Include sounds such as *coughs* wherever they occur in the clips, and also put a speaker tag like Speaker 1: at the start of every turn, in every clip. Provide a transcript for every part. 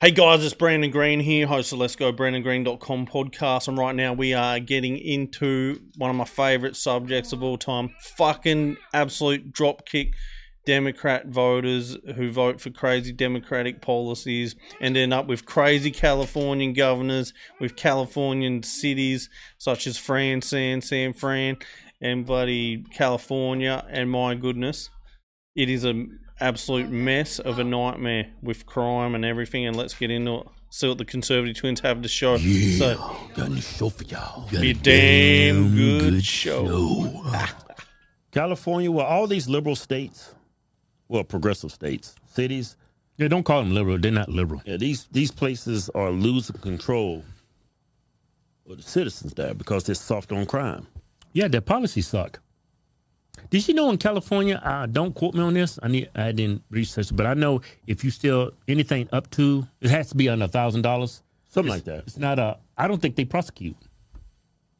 Speaker 1: Hey guys, it's Brandon Green here, host of Let's Go BrandonGreen.com podcast. And right now we are getting into one of my favorite subjects of all time fucking absolute dropkick Democrat voters who vote for crazy Democratic policies and end up with crazy Californian governors, with Californian cities such as Fran, San, San Fran, and bloody California. And my goodness, it is a absolute mess of a nightmare with crime and everything. And let's get into it. See what the conservative twins have to show. So
Speaker 2: Gun show for y'all.
Speaker 1: be a damn good show.
Speaker 3: California, well, all these liberal states, well, progressive states, cities,
Speaker 2: Yeah, don't call them liberal. They're not liberal.
Speaker 3: yeah, these these places are losing control of the citizens there because they're soft on crime.
Speaker 2: Yeah, their policies suck. Did you know in California? Uh, don't quote me on this. I need. I didn't research, but I know if you steal anything up to, it has to be under a thousand dollars.
Speaker 3: Something like that.
Speaker 2: It's not a. I don't think they prosecute.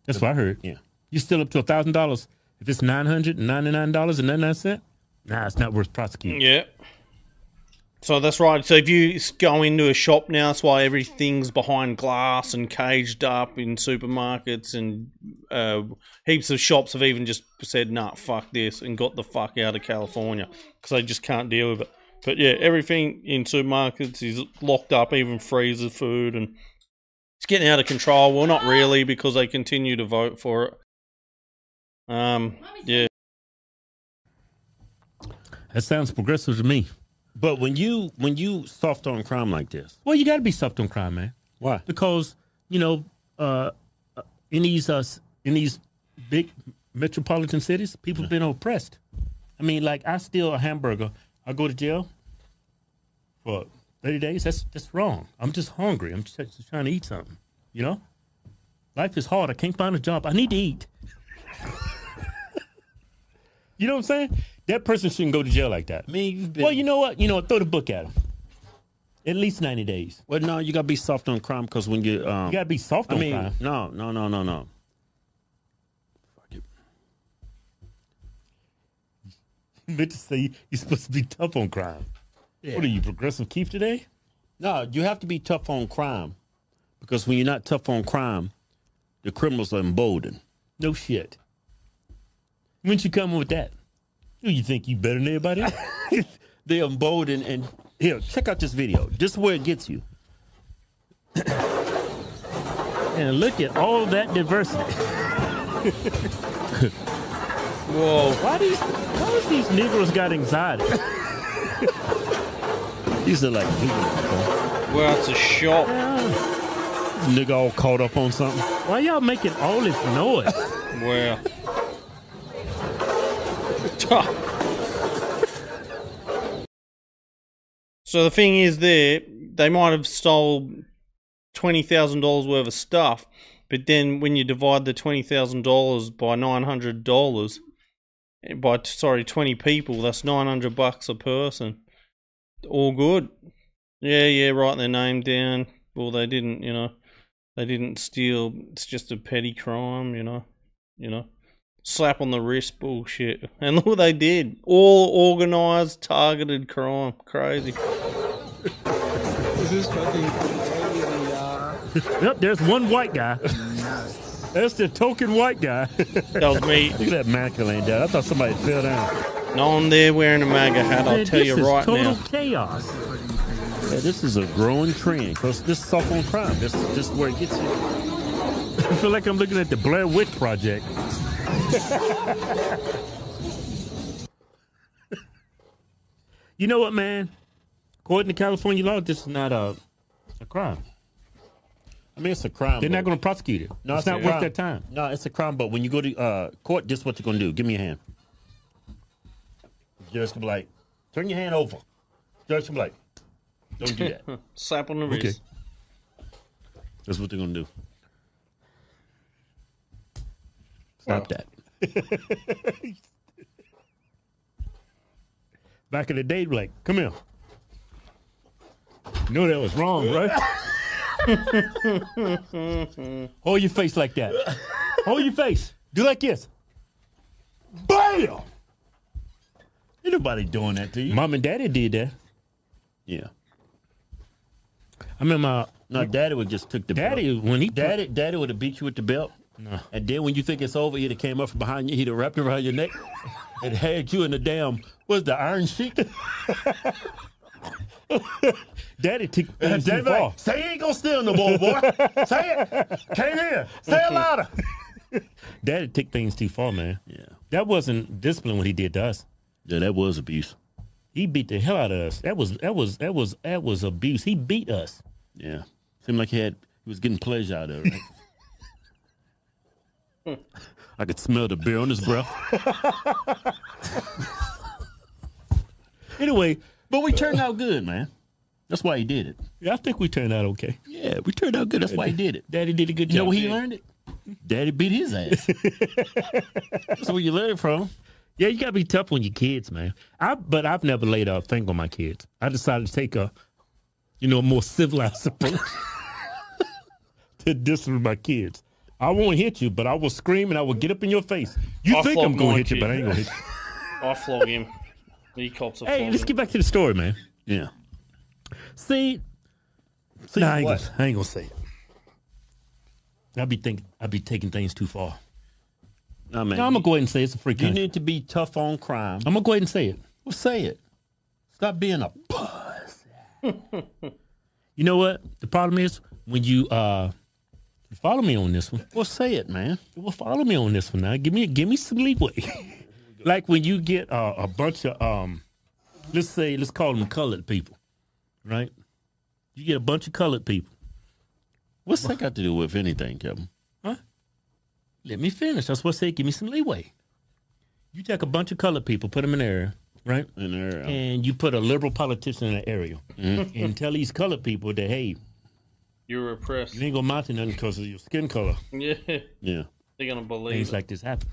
Speaker 2: That's what I heard.
Speaker 3: Yeah.
Speaker 2: You steal up to a thousand dollars. If it's nine hundred and ninety nine dollars and ninety nine cent, nah, it's not worth prosecuting.
Speaker 1: Yeah. So that's right. So if you s- go into a shop now, that's why everything's behind glass and caged up in supermarkets, and uh, heaps of shops have even just said, "Nah, fuck this," and got the fuck out of California because they just can't deal with it. But yeah, everything in supermarkets is locked up, even freezer food, and it's getting out of control. Well, not really because they continue to vote for it. Um, yeah,
Speaker 2: That sounds progressive to me.
Speaker 3: But when you when you soft on crime like this,
Speaker 2: Well, you got to be soft on crime, man.
Speaker 3: why?
Speaker 2: because you know uh, uh, in these uh, s- in these big metropolitan cities, people have been oppressed. I mean, like I steal a hamburger, I go to jail for thirty days. That's that's wrong. I'm just hungry. I'm just, just trying to eat something. You know, life is hard. I can't find a job. I need to eat. *laughs* you know what I'm saying? That person shouldn't go to jail like that.
Speaker 3: I mean, you've been
Speaker 2: Well, you know what? You know what? Throw the book at him. At least ninety days.
Speaker 3: well, no, you gotta be soft on crime because when you um,
Speaker 2: You gotta be soft
Speaker 3: I
Speaker 2: on
Speaker 3: mean,
Speaker 2: crime.
Speaker 3: no, no, no, no, no. Fuck it.
Speaker 2: meant to say you're supposed to be tough on crime. What are you, progressive Keith today?
Speaker 3: No, you have to be tough on crime because when you're not tough on crime, the criminals are emboldened.
Speaker 2: No shit. When you come with that, do you think you better than everybody? *laughs* else?
Speaker 3: They're emboldened and here, check out this video. This is where it gets you.
Speaker 2: *coughs* and look at all that diversity.
Speaker 1: whoa.
Speaker 2: Why these? Why is these Negroes got anxiety?
Speaker 3: These are like nigga
Speaker 1: Well, it's a shop.
Speaker 3: nigga all caught up on something.
Speaker 2: Uh, Why y'all making all this noise?
Speaker 1: Wow. *laughs* so the thing is, there they might have stole twenty thousand dollars worth of stuff, but then when you divide the twenty thousand dollars by nine hundred dollars, eh, by sorry twenty people, that's nine hundred bucks a person. All good. Yeah, yeah. Write their name down. Well, they didn't, you know they didn't steal. It's just a petty crime, you know. You know, slap on the wrist bullshit. *laughs* And look what they did. All organized, targeted crime. Crazy.
Speaker 4: This is fucking crazy, y'all.
Speaker 2: yep, there's one white guy. That's the token white guy. *laughs*
Speaker 1: That was me.
Speaker 2: Look at that mackle ain't down. I thought somebody fell down.
Speaker 1: No one there wearing a MAGA hat. I'll
Speaker 2: Man,
Speaker 1: tell
Speaker 2: Uh, this
Speaker 1: you
Speaker 2: is
Speaker 1: right
Speaker 2: total
Speaker 1: now.
Speaker 2: chaos.
Speaker 3: Yeah, this is a growing trend because this is soft on crime. This is just where it gets you.
Speaker 2: I feel like I'm looking at the Blair Witch Project. *laughs* you know what, man? According to California law, this is not a, a crime.
Speaker 3: I mean, it's a crime.
Speaker 2: They're not
Speaker 3: but-
Speaker 2: going to prosecute it. No, it's
Speaker 3: a
Speaker 2: not
Speaker 3: crime.
Speaker 2: worth their time.
Speaker 3: No, it's a crime. But when you go to uh, court, this is what you're gonna do. Give me your hand. Judge can be like, turn your hand over. Judge can be like, don't do that.
Speaker 1: Slap on the wrist.
Speaker 2: Okay.
Speaker 3: That's what they're gonna do. Stop that.
Speaker 2: Back in the day, like, come here. You know that was wrong,
Speaker 3: *laughs*
Speaker 2: right? *laughs* Hold your face like that. Hold your face. Do like this.
Speaker 3: Bam! Ain't nobody doing that to you.
Speaker 2: Mom and daddy did that.
Speaker 3: yeah.
Speaker 2: I remember my
Speaker 3: No, daddy would just took the
Speaker 2: daddy
Speaker 3: belt.
Speaker 2: when he
Speaker 3: Daddy, daddy would have beat you with the belt. No. And then when you think it's over, he'd have came up from behind you, he'd have wrapped it around your neck and had you in the damn, what's the iron *laughs* sheet?
Speaker 2: daddy took
Speaker 3: And
Speaker 2: things too
Speaker 3: daddy like,
Speaker 2: far.
Speaker 3: say you ain't gonna steal no more, *laughs* boy. say it. Can't hear. Say it louder.
Speaker 2: *laughs* Daddy took things too far, man.
Speaker 3: Yeah.
Speaker 2: That wasn't discipline what he did to us.
Speaker 3: Yeah, that was abuse.
Speaker 2: He beat the hell out of us. That was that was that was that was abuse. He beat us.
Speaker 3: Yeah. Seemed like he had he was getting pleasure out of it, right? *laughs* I could smell the beer on his breath. anyway, but we turned out good, man. That's why he did it.
Speaker 2: Yeah, I think we turned out okay.
Speaker 3: Yeah, we turned out good. That's why he did it.
Speaker 2: Daddy did a good
Speaker 3: You know
Speaker 2: job.
Speaker 3: where he learned it? Daddy beat his ass. *laughs* That's where you learn it from.
Speaker 2: Yeah, you gotta be tough on your kids, man. I but I've never laid a thing on my kids. I decided to take a, you know, a more civilized *laughs* approach to discipline my kids. I won't hit you, but I will scream and I will get up in your face. You
Speaker 1: I
Speaker 2: think
Speaker 1: flogged
Speaker 2: I'm gonna
Speaker 1: my
Speaker 2: hit you, but I
Speaker 1: kid.
Speaker 2: ain't gonna hit you.
Speaker 1: I flog him. He cops a
Speaker 2: Hey, let's get back to the story, man.
Speaker 3: Yeah.
Speaker 2: See, see nah, I, ain't
Speaker 3: what?
Speaker 2: gonna, I ain't gonna say it. I be think I be taking things too far.
Speaker 3: No, man.
Speaker 2: No, I'm gonna go ahead and say it's a free
Speaker 3: you
Speaker 2: country.
Speaker 3: need to be tough on crime.
Speaker 2: I'm gonna go ahead and say it.
Speaker 3: Well, say it. Stop being a puss.
Speaker 2: You know what? The problem is when you uh you follow me on this one.
Speaker 3: Well, say it, man.
Speaker 2: Well, follow me on this one now. Give me give me some leeway. *laughs* like when you get uh, a bunch of um, let's say let's call them colored people, right? You get a bunch of colored people.
Speaker 3: What's that got to do with anything, Kevin?
Speaker 2: Let me finish. That's what I said. Give me some leeway. You take a bunch of colored people, put them in an area, right?
Speaker 3: In there, uh,
Speaker 2: And you put a liberal politician in an area, and tell these colored people that hey,
Speaker 1: You're repressed.
Speaker 2: you ain't gonna mount to nothing because of your skin color.
Speaker 1: *laughs* Yeah,
Speaker 3: yeah,
Speaker 1: they're gonna believe.
Speaker 2: Things
Speaker 1: it.
Speaker 2: like this happen.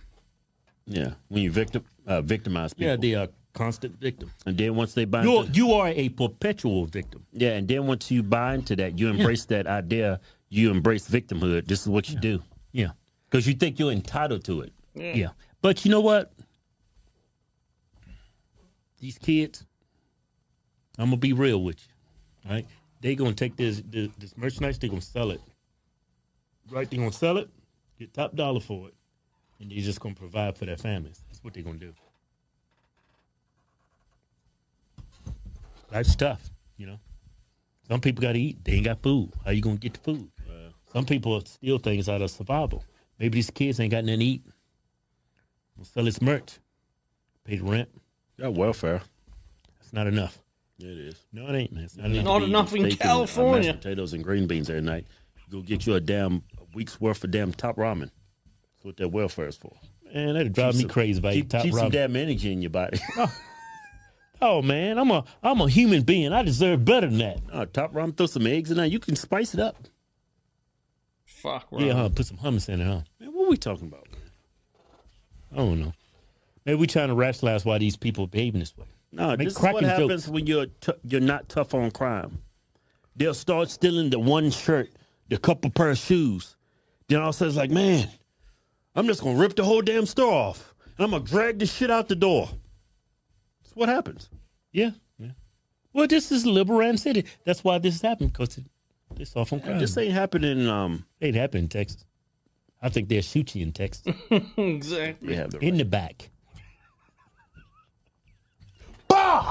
Speaker 3: yeah. When you victim uh, victimize people,
Speaker 2: Yeah, they are constant victim.
Speaker 3: and then once they buy,
Speaker 2: You're,
Speaker 3: into,
Speaker 2: you are a perpetual victim.
Speaker 3: yeah, and then once you buy into that, you embrace that idea. You embrace victimhood. This is what you do
Speaker 2: Yeah.
Speaker 3: because you think you're entitled to it.
Speaker 2: Yeah. But you know what? These kids, I'm gonna be real with you. Right? They gonna take this this, this merchandise, they gonna sell it. Right? They gonna sell it, get top dollar for it, and they're just gonna provide for their families. That's what they're gonna do. Life's tough, you know. Some people gotta eat, they ain't got food. How you gonna get the food? Some people steal things out of survival. Maybe these kids ain't got nothing to eat. We'll sell this merch. Pay the rent.
Speaker 3: Got welfare.
Speaker 2: That's not enough.
Speaker 3: It is.
Speaker 2: No, it ain't, man. It's not
Speaker 3: You need
Speaker 1: Not
Speaker 2: enough.
Speaker 3: to be
Speaker 1: enough in
Speaker 3: steak and, uh,
Speaker 1: California.
Speaker 3: mashed potatoes and green beans every night. Go get you a damn week's worth of damn top ramen. That's what that welfare is for.
Speaker 2: Man, that'd drive me
Speaker 3: some-
Speaker 2: crazy if I ate
Speaker 3: Keep,
Speaker 2: top
Speaker 3: keep some
Speaker 2: ramen.
Speaker 3: damn energy in your body. *laughs*
Speaker 2: Oh man, I'm a I'm a human being. I deserve better than that.
Speaker 3: Uh, top ramen, throw some eggs in there. You can spice it up.
Speaker 1: Fuck,
Speaker 2: Yeah,
Speaker 1: right.
Speaker 2: huh? Put some hummus in it, huh?
Speaker 3: Man, what are we talking about?
Speaker 2: I don't know. Maybe we trying to rationalize why these people behaving this way.
Speaker 3: No,
Speaker 2: Make
Speaker 3: this is what
Speaker 2: cracking
Speaker 3: happens
Speaker 2: jokes.
Speaker 3: when you're t- you're not tough on crime. They'll start stealing the one shirt, the couple pair of shoes. Then all of a sudden, it's like, man, I'm just gonna rip the whole damn store off, and I'm gonna drag this shit out the door. That's what happens.
Speaker 2: Yeah. yeah. Well, this is Liberal City. That's why this is happening because it, it's off on crime.
Speaker 3: This ain't happening. Um,
Speaker 2: ain't happening in Texas. I think they'll shoot you in Texas
Speaker 1: *laughs* exactly.
Speaker 3: we have the
Speaker 2: in the back.
Speaker 3: *laughs*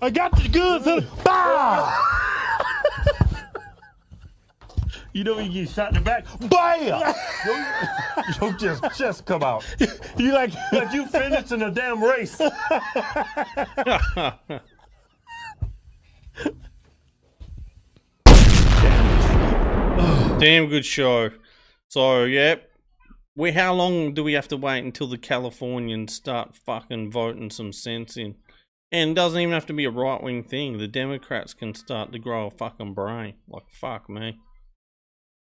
Speaker 3: I got the goods. Huh? Bah! you know when you get shot in the back, bam! Your, your just chest come out. You like like you finished in a damn race.
Speaker 1: Damn good show. So, yep. We, how long do we have to wait until the Californians start fucking voting some sense in? And it doesn't even have to be a right wing thing. The Democrats can start to grow a fucking brain. Like, fuck me.